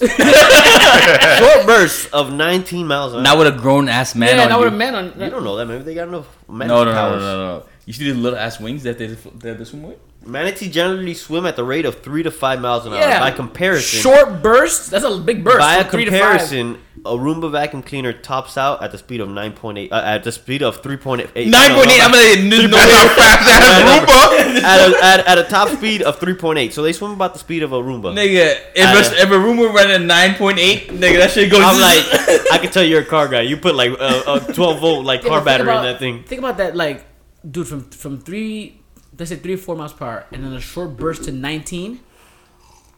short bursts of 19 miles an hour.
Not with a grown ass man
yeah,
on
that
you.
would have meant on.
you don't know that. Maybe they got enough manatee
no, no, no, no,
powers.
no, no. You see the little ass wings that they that they swim with.
Manatee generally swim at the rate of 3 to 5 miles an
Yeah.
hour. By comparison,
Short bursts. That's a big burst.
By
from
a
three to
comparison, a Roomba vacuum cleaner tops out at the speed of 9.8 uh, at the speed of 3.8
Nine point eight. I'm gonna say no.
That's how fast that Roomba.
at, a, at, at a top speed of 3.8. So they swim about the speed of a Roomba.
Nigga, if,
I-
a, if a room were running nine point eight, nigga, that shit goes.
I'm like, I can tell you're a car guy. You put like a, a 12 volt like
Yeah,
car
but think
battery
about-
in that thing.
Think about that, like, dude, from from three, let's say three, four miles per hour, and then a short burst to nineteen.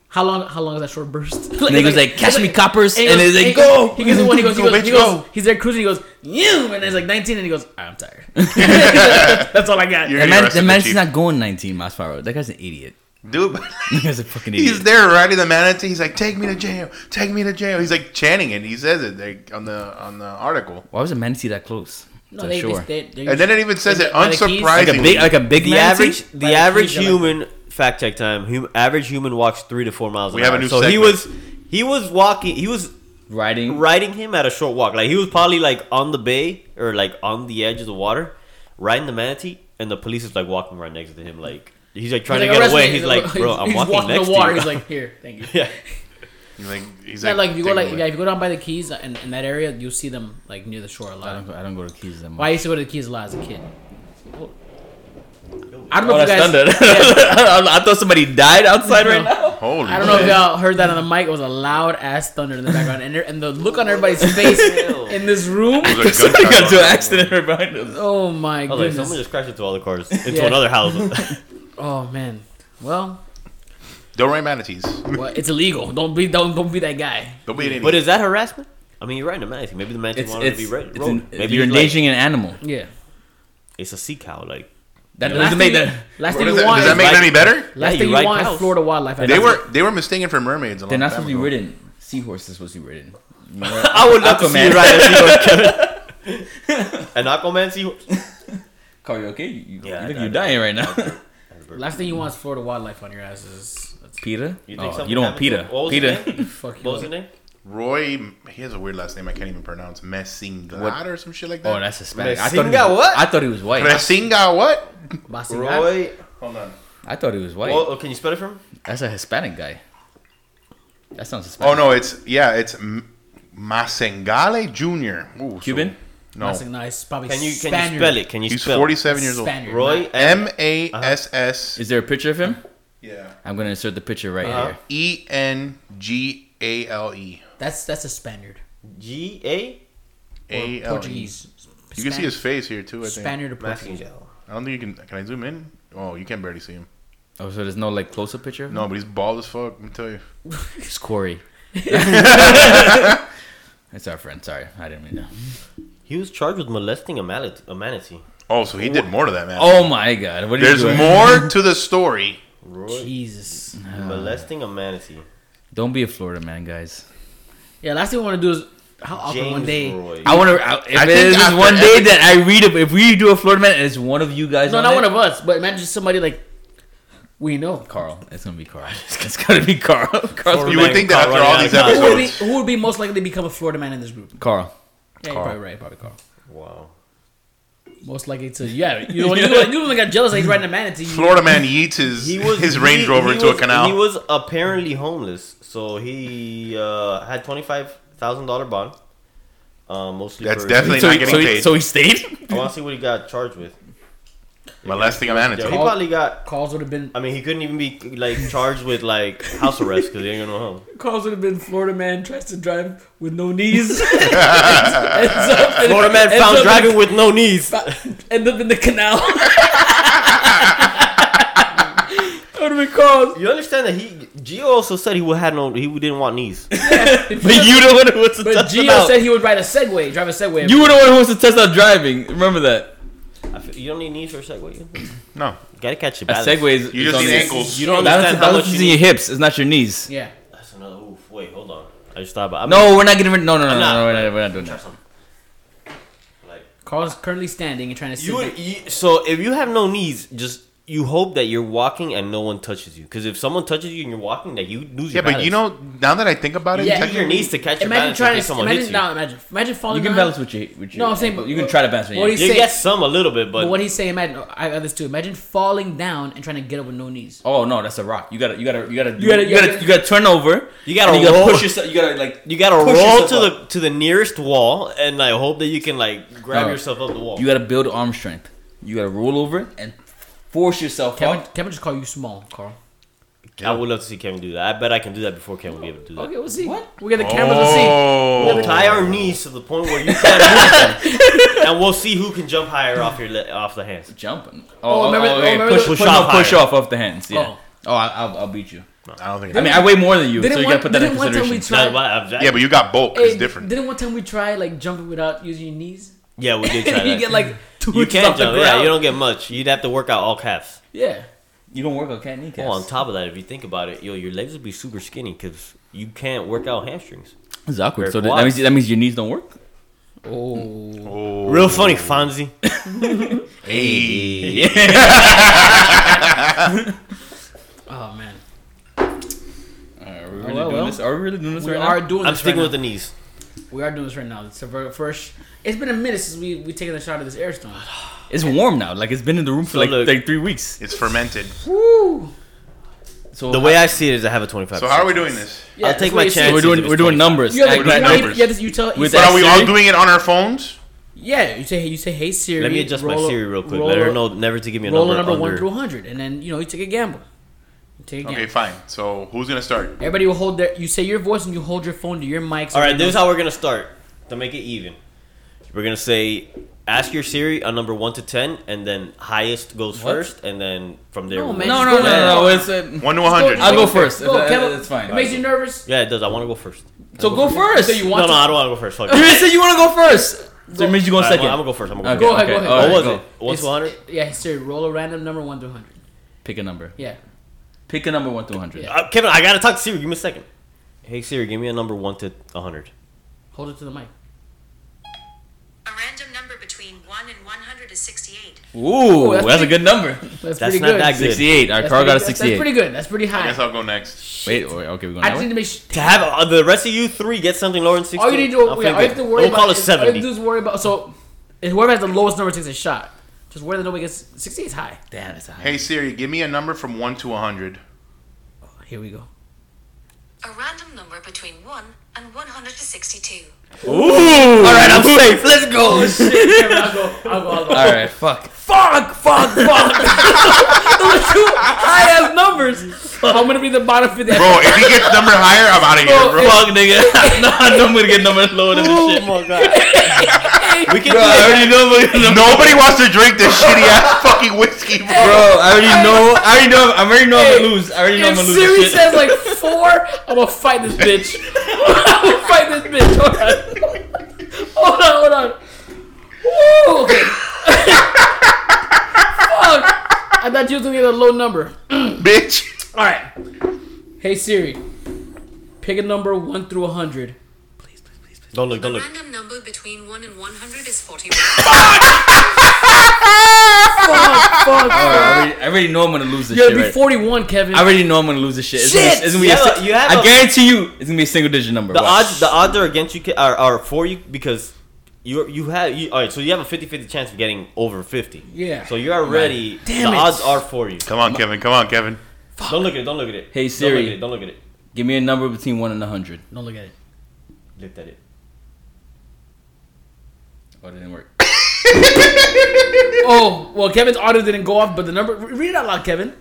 How long? How long is that short burst? like,
niggas like catch me coppers, and
goes-
they like
he
go.
goes- He goes, one, he goes, he
Go,
goes,
bitch,
he goes,
go.
he's there cruising. He goes, you, and it's like nineteen, and he goes, I'm tired. That's all I got.
You're gonna get
That man, that
arrested,
man's
chief.
not going 19 miles per hour. That guy's an idiot.
Dude,
That guy's a fucking idiot.
he's there riding the manatee. He's like, take me to jail, take me to jail. He's like chanting it. He says it like, on the on the article,
Why was a manatee that close?
No,
So
they,
sure.
they, they, they
and then it even says it
By the keys?
like a
unsurprisingly.
big, like a big
The
manatee?
average,
Like,
the average
he's a-
human fact check time. Hum, average human walks three to four miles.
We
an
have a
hour.
new
So he
segment.
was, he was walking. He was
riding.
riding him at a short walk. Like he was probably like on the bay or like on the edge of the water, riding the manatee, and the police is like walking right next to him. Like he's like trying to get away. He's like, bro, I'm walking, next
the water.
to you.
He's like, here, thank you.
yeah.
He's like, he's
Yeah, like if you
"Take
go
me
like
away."
yeah, if you go down by the keys uh, in, in that area, you'll see them like near the shore a
I
lot.
don't, I don't go to keys that much.
Well, I used to go to the keys a lot as a kid. I don't know
Oh,
if you
that's
guys.
thunder. I thought somebody died outside right
No.
now.
Holy
I don't know if
shit.
y'all heard that on the mic. It was a loud ass thunder in the background, and, there- and the look on everybody's face in this room.
It was a
Somebody
gunshot
got into an
round.
accident right behind us.
Oh my
I was like,
goodness!
someone just crashed into all the cars into
Yeah.
another house.
oh man. Well,
Don't ride manatees.
well, it's illegal. Don't be don't don't be that guy.
Don't be an idiot.
but is that harassment? I mean, you're riding a manatee. Maybe the manatee
It's,
wanted
it's,
to be red.
it's
rolled.
an,
Maybe
you're
he's like,
endangering an animal.
Yeah.
it's a sea cow. Like
That
Last
doesn't make
thing-
that.
Last
What
thing
is
you
that?
want.
Does
Is
that make it
like-
any better?
last
Yeah,
thing
you
you
ride
want
cows.
is Florida wildlife.
They were they were mistaken for mermaids. A long
They're not
time
supposed to be
ago.
ridden. Seahorses supposed to be ridden.
I would love to see
Aquaman.
you ride a seahorse, Kevin. An Aquaman seahorse.
Carl, you okay? You, you
Yeah, I-
look,
I-
you're dying right now.
Last thing you want is Florida wildlife on your asses. That's
Peter? You,
think
oh,
something
you don't want
happened to him?
Peter.
What was
Peter.
his name?
fuck you.
What was the name?
Roy, he has a weird last name I can't even pronounce. Messinga or some shit like that.
Oh, that's Hispanic. I
Messinga,
thought, he was,
what?
I thought he was white.
Messinga what?
Basing
Roy.
Hold on.
I thought he was white.
Well, can you spell it for him?
That's a Hispanic guy. That sounds Hispanic.
Oh no, it's yeah, it's M- Masengale Jr. Ooh, so-
Cuban?
no,
nice. Probably
Can you can
Spaniard.
you spell it? Can you
he's
spell?
forty-seven years old.
Spaniard.
Roy
M A S S
Is there a picture of him?
yeah
I'm going to insert the picture right
Uh-huh.
here.
E N G A L E
That's that's a Spaniard.
G A.
A
Or
L E.
Portuguese.
You can see his face here too. I think.
Spaniard or
Masking
Portuguese.
gel.
I don't think you can. Can I zoom in? Oh, you can barely see him.
Oh, so there's no like close-up picture? Of him?
No, but he's bald as fuck. Let me tell you.
It's Corey. It's our friend. Sorry, I didn't mean that.
He was charged with molesting a, mallet, a manatee.
Oh, so he did more to that man.
Oh my God! What are
There's
you doing?
more to the story.
Roy
Jesus.
molesting a manatee.
Don't be a Florida man, guys.
Yeah, last thing we want to do is how often one day.
Roy.
I want to. If
I think
there's this
after
one day
every-
that I read, of, if we do a Florida man, and it's one of you guys.
No,
on
not
it,
one of us, but imagine somebody like we know.
Carl. It's gonna be Carl. It's gotta be Carl. Carl's
Florida
You
gonna
would
man
think that
caught
after
running
all
out
these
of
Who would, be,
episodes,
who would be most likely to become a Florida man in this group?
be Carl.
Yeah, you're probably right. Probably Carl.
Wow.
Most likely to. Yeah, you know, you, know, you know, got jealous that he's riding a manatee.
Florida man yeets his his
he-
Range Rover
he
into
was-
a canal.
He was apparently homeless, so he uh, had twenty five thousand dollar bond. Uh, mostly
That's
for-
definitely
So
not
he,
getting
so, he,
paid.
so he stayed.
I want to see what he got charged with.
molesting a manatee.
Yo, he probably got.
Calls would have been
I mean, he couldn't even be like charged with like house arrest because he ain't gonna home.
calls would have been Florida man tries to drive with no knees. ends, up in,
Florida man
ends
found
up
driving with no knees.
In, end up in the canal. that would have been calls.
You understand that he Gio also said he would had no he didn't want knees.
But
the one who was to
But Gio said he would ride a Segway, drive a Segway.
You were the one who was to test out driving. Remember that.
you don't need knees for a segway. You
No,
gotta catch your
A
balance.
segue is
you
is
just
on
need
the-
ankles.
You don't
Balance,
understand how
balance is
much you
in your
need.
hips. It's not your knees.
yeah.
That's another. Oof, wait, hold on. I just thought about. I'm
No, we're not getting rid. No, no, no, no,
I'm not.
no, we're not, we're not doing
gonna
that.
try something. Like
Carl's currently standing and trying to sit.
you
back.
would. You, so if you have no knees, just you hope that you're walking and no one touches you. Because if someone touches you and you're walking, that you lose
Yeah,
your.
but you
balance.
know, now that I think about it,
Yeah,
you use your
technically-
knees to catch your
imagine
balance.
trying
Imagine
to
someone
imagine
hits you.
now. Imagine imagine falling.
You can
down.
balance with your. With your
No, I'm saying, but
you can
what-
try to balance with your.
what
hips.
he's
You
saying-
get some a little bit,
But
but
what he's saying, imagine I got this too. Imagine falling down and trying to get up with no knees.
Oh no, that's a rock. You gotta, you gotta, you gotta, you
gotta-
gotta, you gotta, you gotta turn over.
You gotta
and you gotta
roll.
push yourself. You gotta like,
you gotta
push
roll
yourself
to
up.
the to the nearest wall and like hope that you can like grab
No.
yourself up the wall.
You gotta build arm strength. You gotta roll over and force yourself
Kevin,
up.
Kevin just call you small, Carl.
I would love to see Kevin do that. I bet I can do that before Kevin will be able to do that.
Okay, we'll see. What? We'll get the cameras to see.
Oh.
We'll tie our knees to the point where you can't move them, and we'll see who can jump higher off your le- off the hands.
Jumping. Oh,
Oh, remember- oh,
okay.
remember
push,
the-
push,
Push
no,
off
push
higher.
off off the hands. Yeah.
Oh.
Oh, I, I'll, I'll beat you.
I don't think.
I mean, I weigh more than you, so
Didn't
you
one,
gotta put that
didn't
in
one time
consideration.
we
That's
tried?
why I've-
yeah, but you got bulk.
hey,
It's different.
Didn't one time we try like jumping without using your knees?
yeah, we did try
you
that.
get like two
you
inches
can't
off the
jump. Yeah,
ground.
you don't get much. You'd have to work out all calves.
yeah.
You don't work on cat kneecaps.
Oh, on top of that, if you think about it, yo, your legs would be super skinny because you can't work out hamstrings.
It's awkward.
Bare
So that
quads.
means that means your knees don't work.
Oh.
Oh,
Real funny, Fonzie.
hey.
Oh man.
Are we
really well,
really
doing well.
doing
this?
this? Are we really doing this
We
right
are
now?
doing.
I'm
this
sticking
right
with the
now.
knees.
We are doing this right now. It's the ver- first. It's been a minute since we we taken a shot of this air storm.
It's warm now. Like it's been in the room for
So
like,
look-
like three weeks.
It's fermented.
Woo.
So
The way I see it is, I have a 25.
So how are we doing this?
Yeah,
I'll
that's
take
what
my
he said.
so we're
chances if
doing
it's
we're doing
25.
numbers.
You have
Act
the,
Right
you
like
now.
have,
numbers.
you have this. You tell. You
With
say,
But are we all
Siri?
doing it on our phones?
yeah. You say. Hey. You say. Hey Siri.
Let me adjust my
roll-
Siri real quick.
roll
Let her
up-
know never to give me a
roll
number,
a number one
under-
through hundred, and then you know you take a gamble. You take a gamble.
Okay, fine. So who's gonna start?
Everybody will hold their. You say your voice and you hold your phone to your mic. so
All right,
everybody
this is
knows-
how we're gonna start to make it even. We're gonna say, ask your Siri a number one to ten, and then highest goes
What?
first, and then from there.
No,
we-
man.
No, no, no, no. no. It's uh,
One to one hundred.
I'll go first.
Go,
If that-
Kevin.
it's fine.
It makes you nervous.
Yeah, it does. I want to go first.
so go first.
So you
No,
want
no,
to?
I don't want to go first. Fuck.
You
it.
said you want to go first. So it means you go
All right, I'm,
second.
gonna- I'm gonna go first. I'm gonna
Okay,
go.
Go ahead,
okay.
go ahead.
All right,
What
First. What
go.
was it? One
It's-
to one hundred.
Yeah, Siri. Roll a random number one through hundred.
Pick a number.
Yeah.
Pick a number one through hundred.
Yeah.
Uh, Kevin, I gotta talk to Siri. Give me a second. Hey Siri, give me a number one to hundred.
Hold it to the mic.
A random number between 1 and 100 is 68.
Ooh,
Ooh, that's
Oh, that's, a
pretty-
good number.
That's,
That's
pretty
not
good.
that good.
Sixty-eight. Our
That's
car
pretty,
got a
that's-
sixty-eight.
That's pretty good. That's pretty
I
high.
guess I'll go next.
Wait, wait, okay, we're going
I
that
just need
way.
to make sure.
To have uh, the rest of you three get something lower than sixty.
All you need to, yeah, all you have to worry
Don't
about
call it
is, All you have to
seventy.
do is worry about. So, if whoever has the lowest number takes a shot. Just where the number gets sixty is high.
Damn, that's a high.
Hey Siri, give me a number from one to hundred.
Here we go.
A random number between 1 and 162.
All right, I'm safe. Let's
Oh shit! Kevin, I'll go. I'll go. I'll go.
All right, fuck.
Fuck! Fuck! Fuck! Those are two high ass numbers. I'm gonna be the bottom fifty.
Bro, if he gets number higher, I'm out of here, bro.
Fuck, nigga. no, I know I'm gonna get number lower than this shit.
my god. we can
Bro, I already know. I'm gonna get number-
Nobody wants to drink this shitty ass fucking whiskey, bro.
Bro, I already know. I already know. I already know I'm gonna lose. I already know I'm
If
gonna lose.
Siri
this shit.
says like four, I'm gonna fight this bitch. I'm gonna fight this bitch. Hold on. Hold on, hold on. Woo! Okay. Fuck! I thought you was gonna get a low number.
Bitch.
Alright. Hey Siri. Pick a number one through hundred.
Don't look. Don't
A
look.
random number between 1 and 100 is 41.
Fuck, fuck, fuck.
Bro, I, already, I already know I'm gonna lose this
You're
shit.
gonna be
right?
41, Kevin.
I already know I'm gonna lose this shit. It's gonna-
Shit!
it's gonna be
You
a
have
si-
a- you have
I
a-
guarantee you, it's gonna be a single digit number.
The
bro.
odds, the odds are against you, Ki- are, are for you because you you have you, all right. So you have a 50-50 chance of getting over fifty.
Yeah.
So you're already.
Damn
the
it.
odds are for you.
Come on, Kevin. Come on, Kevin.
Don't look at it. Don't look at it.
Hey,
Don't look
Siri.
at it. Don't look at it.
Give me a number between one and a hundred.
Don't look at it.
Looked at it.
Oh, it didn't work.
oh, well, Kevin's audio didn't go off, but the number. re- Read it out loud, Kevin.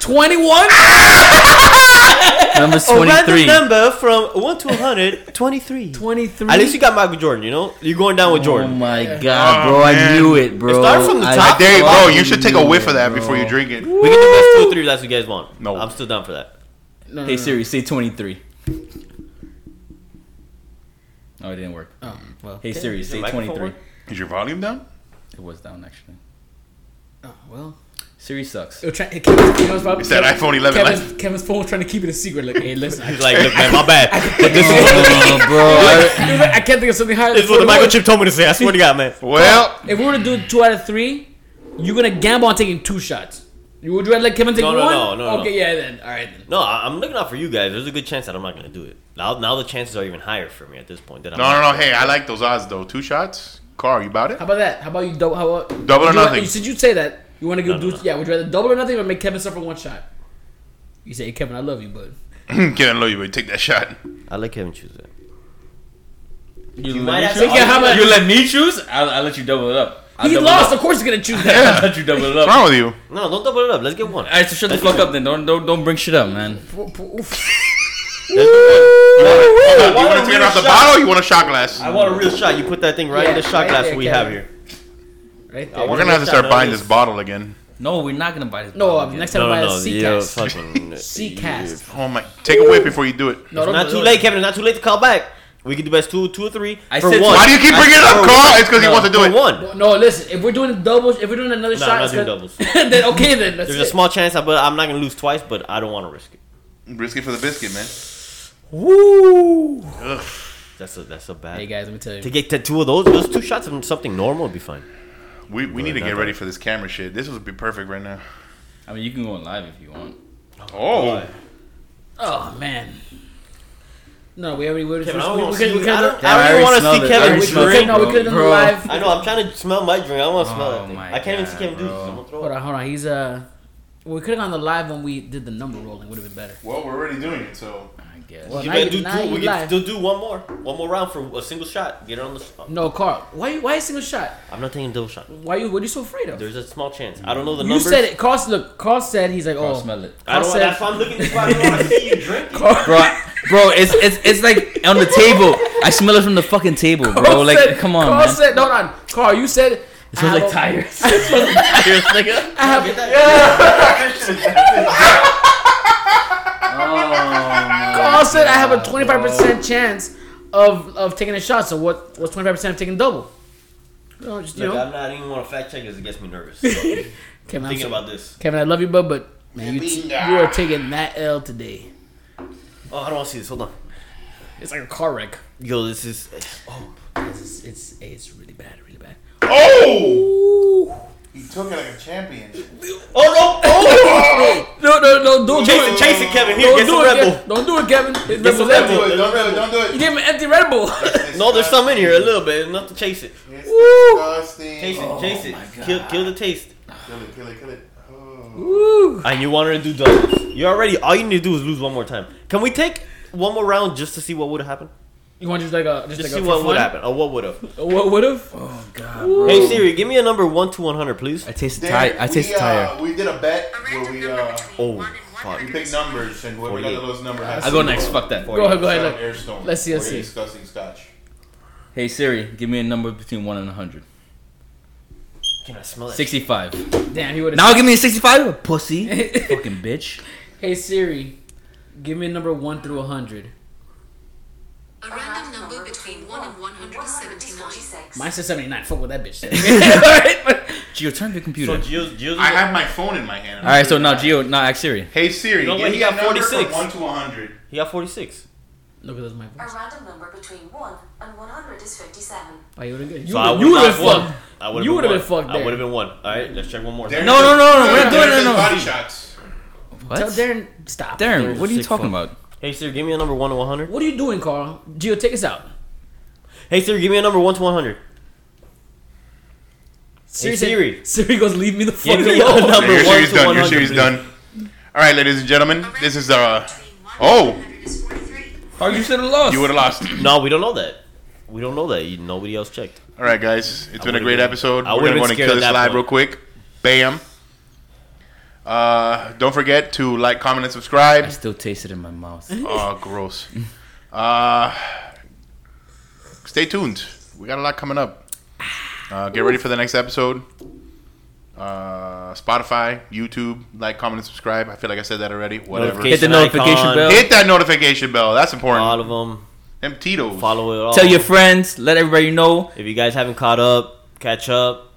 21?
Ah!
Number's
A Oh, random
23.
number from 1 to 100, 23.
23.
At least you got Michael Jordan, you know? You're going down with
Oh
Jordan.
my god,
Oh,
bro! I
man.
knew it, bro.
It started from the
I
top.
There you go.
fucking
You should take a
knew
whiff
it,
of that
bro.
before you drink it.
We can do best two or three if that's what you guys want.
No.
I'm still down for that.
No, no,
Hey
no.
Siri, say 23. Oh, it didn't work.
Oh, well.
Hey
okay.
Siri, say
the microphone
23.
work?
Is your volume down?
It was down actually.
Oh, well.
Siri sucks.
Yo, try, hey, Kevin's, you know what's probably-
It's that iPhone 11
Kevin's, Kevin's phone was trying to keep it a secret. Like, hey, listen. I,
He's like, look, man, my bad. But this, is,
oh, bro.
He was like, I can't think of something higher.
this is what the microchip told me to say. I swear to God, man.
Well,
If we were to do two out of three, you're gonna gamble on taking two shots. You would rather let Kevin take
No,
one?
no, no, no, no.
Okay, yeah, then. All right, then.
No, I- I'm looking out for you guys. There's a good chance that I'm not going to do it. Now, now the chances are even higher for me at this point. That I'm
no,
not
no, no.
gonna
Hey,
do
I
it.
like those odds though. Two shots. Carl, you about it?
How about that? How about you double? How about
Double or
would you ra-
nothing.
Since you say that, you want to go
No,
do?
no, no.
Yeah, would you rather double or nothing or make Kevin suffer one shot? You say, hey, Kevin, I love you, but
Kevin Lowe, you would take that shot.
I let Kevin choose that.
You,
might
let
have
me choose?
to
argue Yeah, how about-
you let me choose? I'll, I'll let you double it up. I'll
he
double it
lost.
up.
Of course, he's gonna choose
I'll
that.
let you double it
What's
up.
wrong with you?
No, don't double it up. Let's get one.
Alright, so shut the fuck up then. Don't don't don't bring shit up, man.
you
want
want
a
to take it
real
off the
shot.
bottle? Or you want a shot glass?
I want a real shot. You put that thing right in the
Yeah,
shot
right
glass
there,
we
Kevin.
have here.
right
I
there.
We're
want-
gonna have to
Yeah,
start
no,
buying
it
this
is.
bottle again.
No, we're not gonna buy this.
No,
bottle
um,
again.
next time
No,
I buy a
no,
C
you know,
cast.
fucking
C cast.
Oh my! Take a whiff before you do it.
No,
It's
don't
not
do
too
it.
late, Kevin. It's not too late to call back. We can do best two, two or three.
I
for
said
one.
Why do you keep bringing it up, Carl? It's because he
No,
wants to do
for
it.
one?
No, listen. If we're doing doubles, if we're doing another
No,
shot,
I'm not
it's
doing
gonna-
doubles.
then okay, then that's
There's
it.
a small chance, I- but I'm not gonna lose twice. But I don't want to risk it.
Risk it for the biscuit, man.
Woo!
Ugh.
That's a that's a
Hey
bad.
guys, let me tell
to
you.
get to two of those, those two shots of something normal would be fine.
We, we need to get
nothing.
ready for this camera shit. This would be perfect right now.
I mean, you can go on live if you want.
Oh,
Oh man. No, we already were.
Kevin, I
we-
don't
we
wanna
couldn't-
see
we
you. I
couldn't-
don't- I don't
already
even wanna see
smelled it. I
Kevin
already
we
smelled
couldn't-
it,
no, we couldn't do
bro.
live.
I know. I'm trying to smell my drink. I don't want to smell
Oh
that thing.
my
I can't even see
God,
Kevin do this.
bro.
I'm gonna throw
Hold
it.
on, hold on. He's uh, we could have gone the live when we did the number rolling. Would have been better.
well, we're already doing it, so
I guess.
Well,
You
now
better
you-
do
now
two.
you
We can
live.
still do one more, one more round for a single shot. Get it on the. spot.
No, Carl. Why? Why a single shot?
I'm not taking double shot.
Why you? What are you so afraid of?
There's a small chance. I don't know the
you
numbers.
said it. Carl. Look, Carl said he's like,
Bro,
oh,
smell it,
I don't.
Carl
That's why I'm looking. That's why I don't want to see you drinking.
bro. I- Bro, it's it's it's like on the table. I smell it from the fucking table, bro.
Carl
like,
said-
come on,
Carl
man.
said, hold on, Carl. You said it
smells like tires. it smells like tires, nigga.
I have. Carl said I have a 25 percent chance of of taking a shot. So what? What's 25 percent of taking double? No, just you
Look, I'm
know.
not even want to fact check because it gets me nervous. So I'm
Kevin, I'm
thinking
so-
about this.
Kevin, I love you, bud, but man, you,
Kevin,
t- you
ah.
are taking that L today.
Oh, I don't want to see this. Hold on.
It's like a car wreck.
Yo, this is. Oh,
It's it's, it's really bad, really bad.
oh, he took it like a champion.
oh no! Oh,
No, no, no, don't
chase it,
do it.
chase it, Kevin. Here,
Don't
get
do
some
it,
Red Bull.
Kev- Don't do it, Kevin. It's
Get
Red
some
Bull.
Red
empty.
Bull.
don't do it! Don't do
You
it!
gave him an empty Red Bull.
No, there's some in here, a little bit, enough to chase it.
It's
Woo.
Chase
disgusting. Oh,
it,
Oh
chase it. Kill, kill the taste.
Kill it! Kill it! Kill it! Oh.
Woo.
And you wanted to do doubles. You already. All you need to do is lose one more time. Can we take one more round just to see what would have happened?
You want just like a just,
Just
like
see
a
what would happen. Or what would have?
What would have?
Oh god, bro.
Hey Siri, give me a number one to one hundred, please.
I taste the tire. I taste the tire.
we did a bet
A random
uh,
number between
oh,
1 and
fuck.
100
picked numbers, and whoever got the lowest number has.
I go next. Fuck that.
Go ahead, go ahead. look.
Airstone.
Let's see, let's
Or
see.
Disgusting scotch.
Hey Siri, give me a number between one and hundred.
Can I smell it?
Sixty-five.
Damn, he would
Now
have.
give me a sixty-five, pussy. fucking bitch.
Hey Siri, give me a number one through hundred.
A random number between 1 and 179.
Mine said seventy nine. Fuck what that bitch said. Alright, but-
Gio, turn your computer.
So Gio's, Gio's
I have my phone in my hand.
All right, so now Gio, now ask Siri.
Hey Siri,
know
give
what?
me
He got
a number
46.
from one to one hundred.
he got forty six.
Look at this, my voice.
A random number between 1 and 100 is 57.
Why you would have
So I
You, would have been
won.
fucked.
I would've
You would've
won.
been fucked
I
there.
would have been one. All right, let's check one more.
Darren
No, no, no, no, we're
says-
not doing it,
Darren
no.
says Body shots.
What?
Tell Darren, stop.
Darren, what are you
Sick
talking
fuck.
about?
Hey Siri, give me a number one to one hundred.
What are you doing, Carl? Gio, take us out.
Hey Siri, give me a number one to one hundred.
Siri,
Hey,
said-
Siri.
Siri goes, leave me the fuck
Give me a
alone.
number
Your
one
series
to
done. Your
100,
series
please.
done. All right, ladies and gentlemen, this is uh,
Between 1
Oh.
and 100 is 43.
Oh, you should have lost.
you would have lost.
No, we don't know that. We don't know that. You- Nobody else checked.
All right, guys. It's been a
would've
great
been-
episode.
I
We're
would've
gonna
been
go ahead and
scared
kill
at
this
that
live
point.
real quick. Bam. Uh, don't forget to like, comment, and
I
subscribe.
still taste it in my mouth.
Oh, gross. Uh, stay tuned. We got a lot coming up. Uh, get ready for the next episode. Uh, Spotify, YouTube, like, comment, and subscribe. I feel like I said that already. Whatever.
Hit
Hit,
the notification
icon,
bell.
that notification bell. That's important.
All of them.
Them Tito's.
Follow it all.
Tell your friends. Let everybody know.
If you guys haven't caught up, catch up.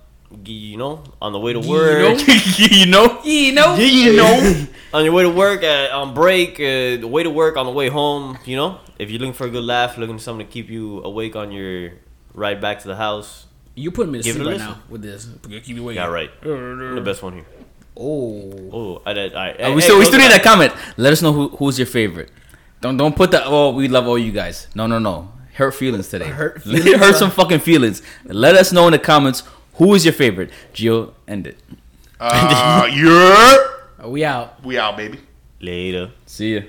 G- You know, on the way to
know?
work.
you know.
You know,
You know, on your way to work, uh, on break, uh, the way to work, on the way home. You know, if you're looking for a good laugh, looking for something to keep you awake on your ride back to the house,
you put me to
Give
sleep
it a
right
listen.
now with this. Keep you waiting.
yeah, right. I'm the best one here.
Oh,
Oh, I did. I,
Uh, we still we still need a comment. Let us know who who's your favorite. Don't don't put the oh we love all you guys. No no no. Hurt feelings today.
Hurt
Hurt,
feelings, huh?
some fucking feelings. Let us know in the comments who is your favorite. Gio, end it.
Uh, yeah.
are we out?
We out, baby.
Later.
See ya.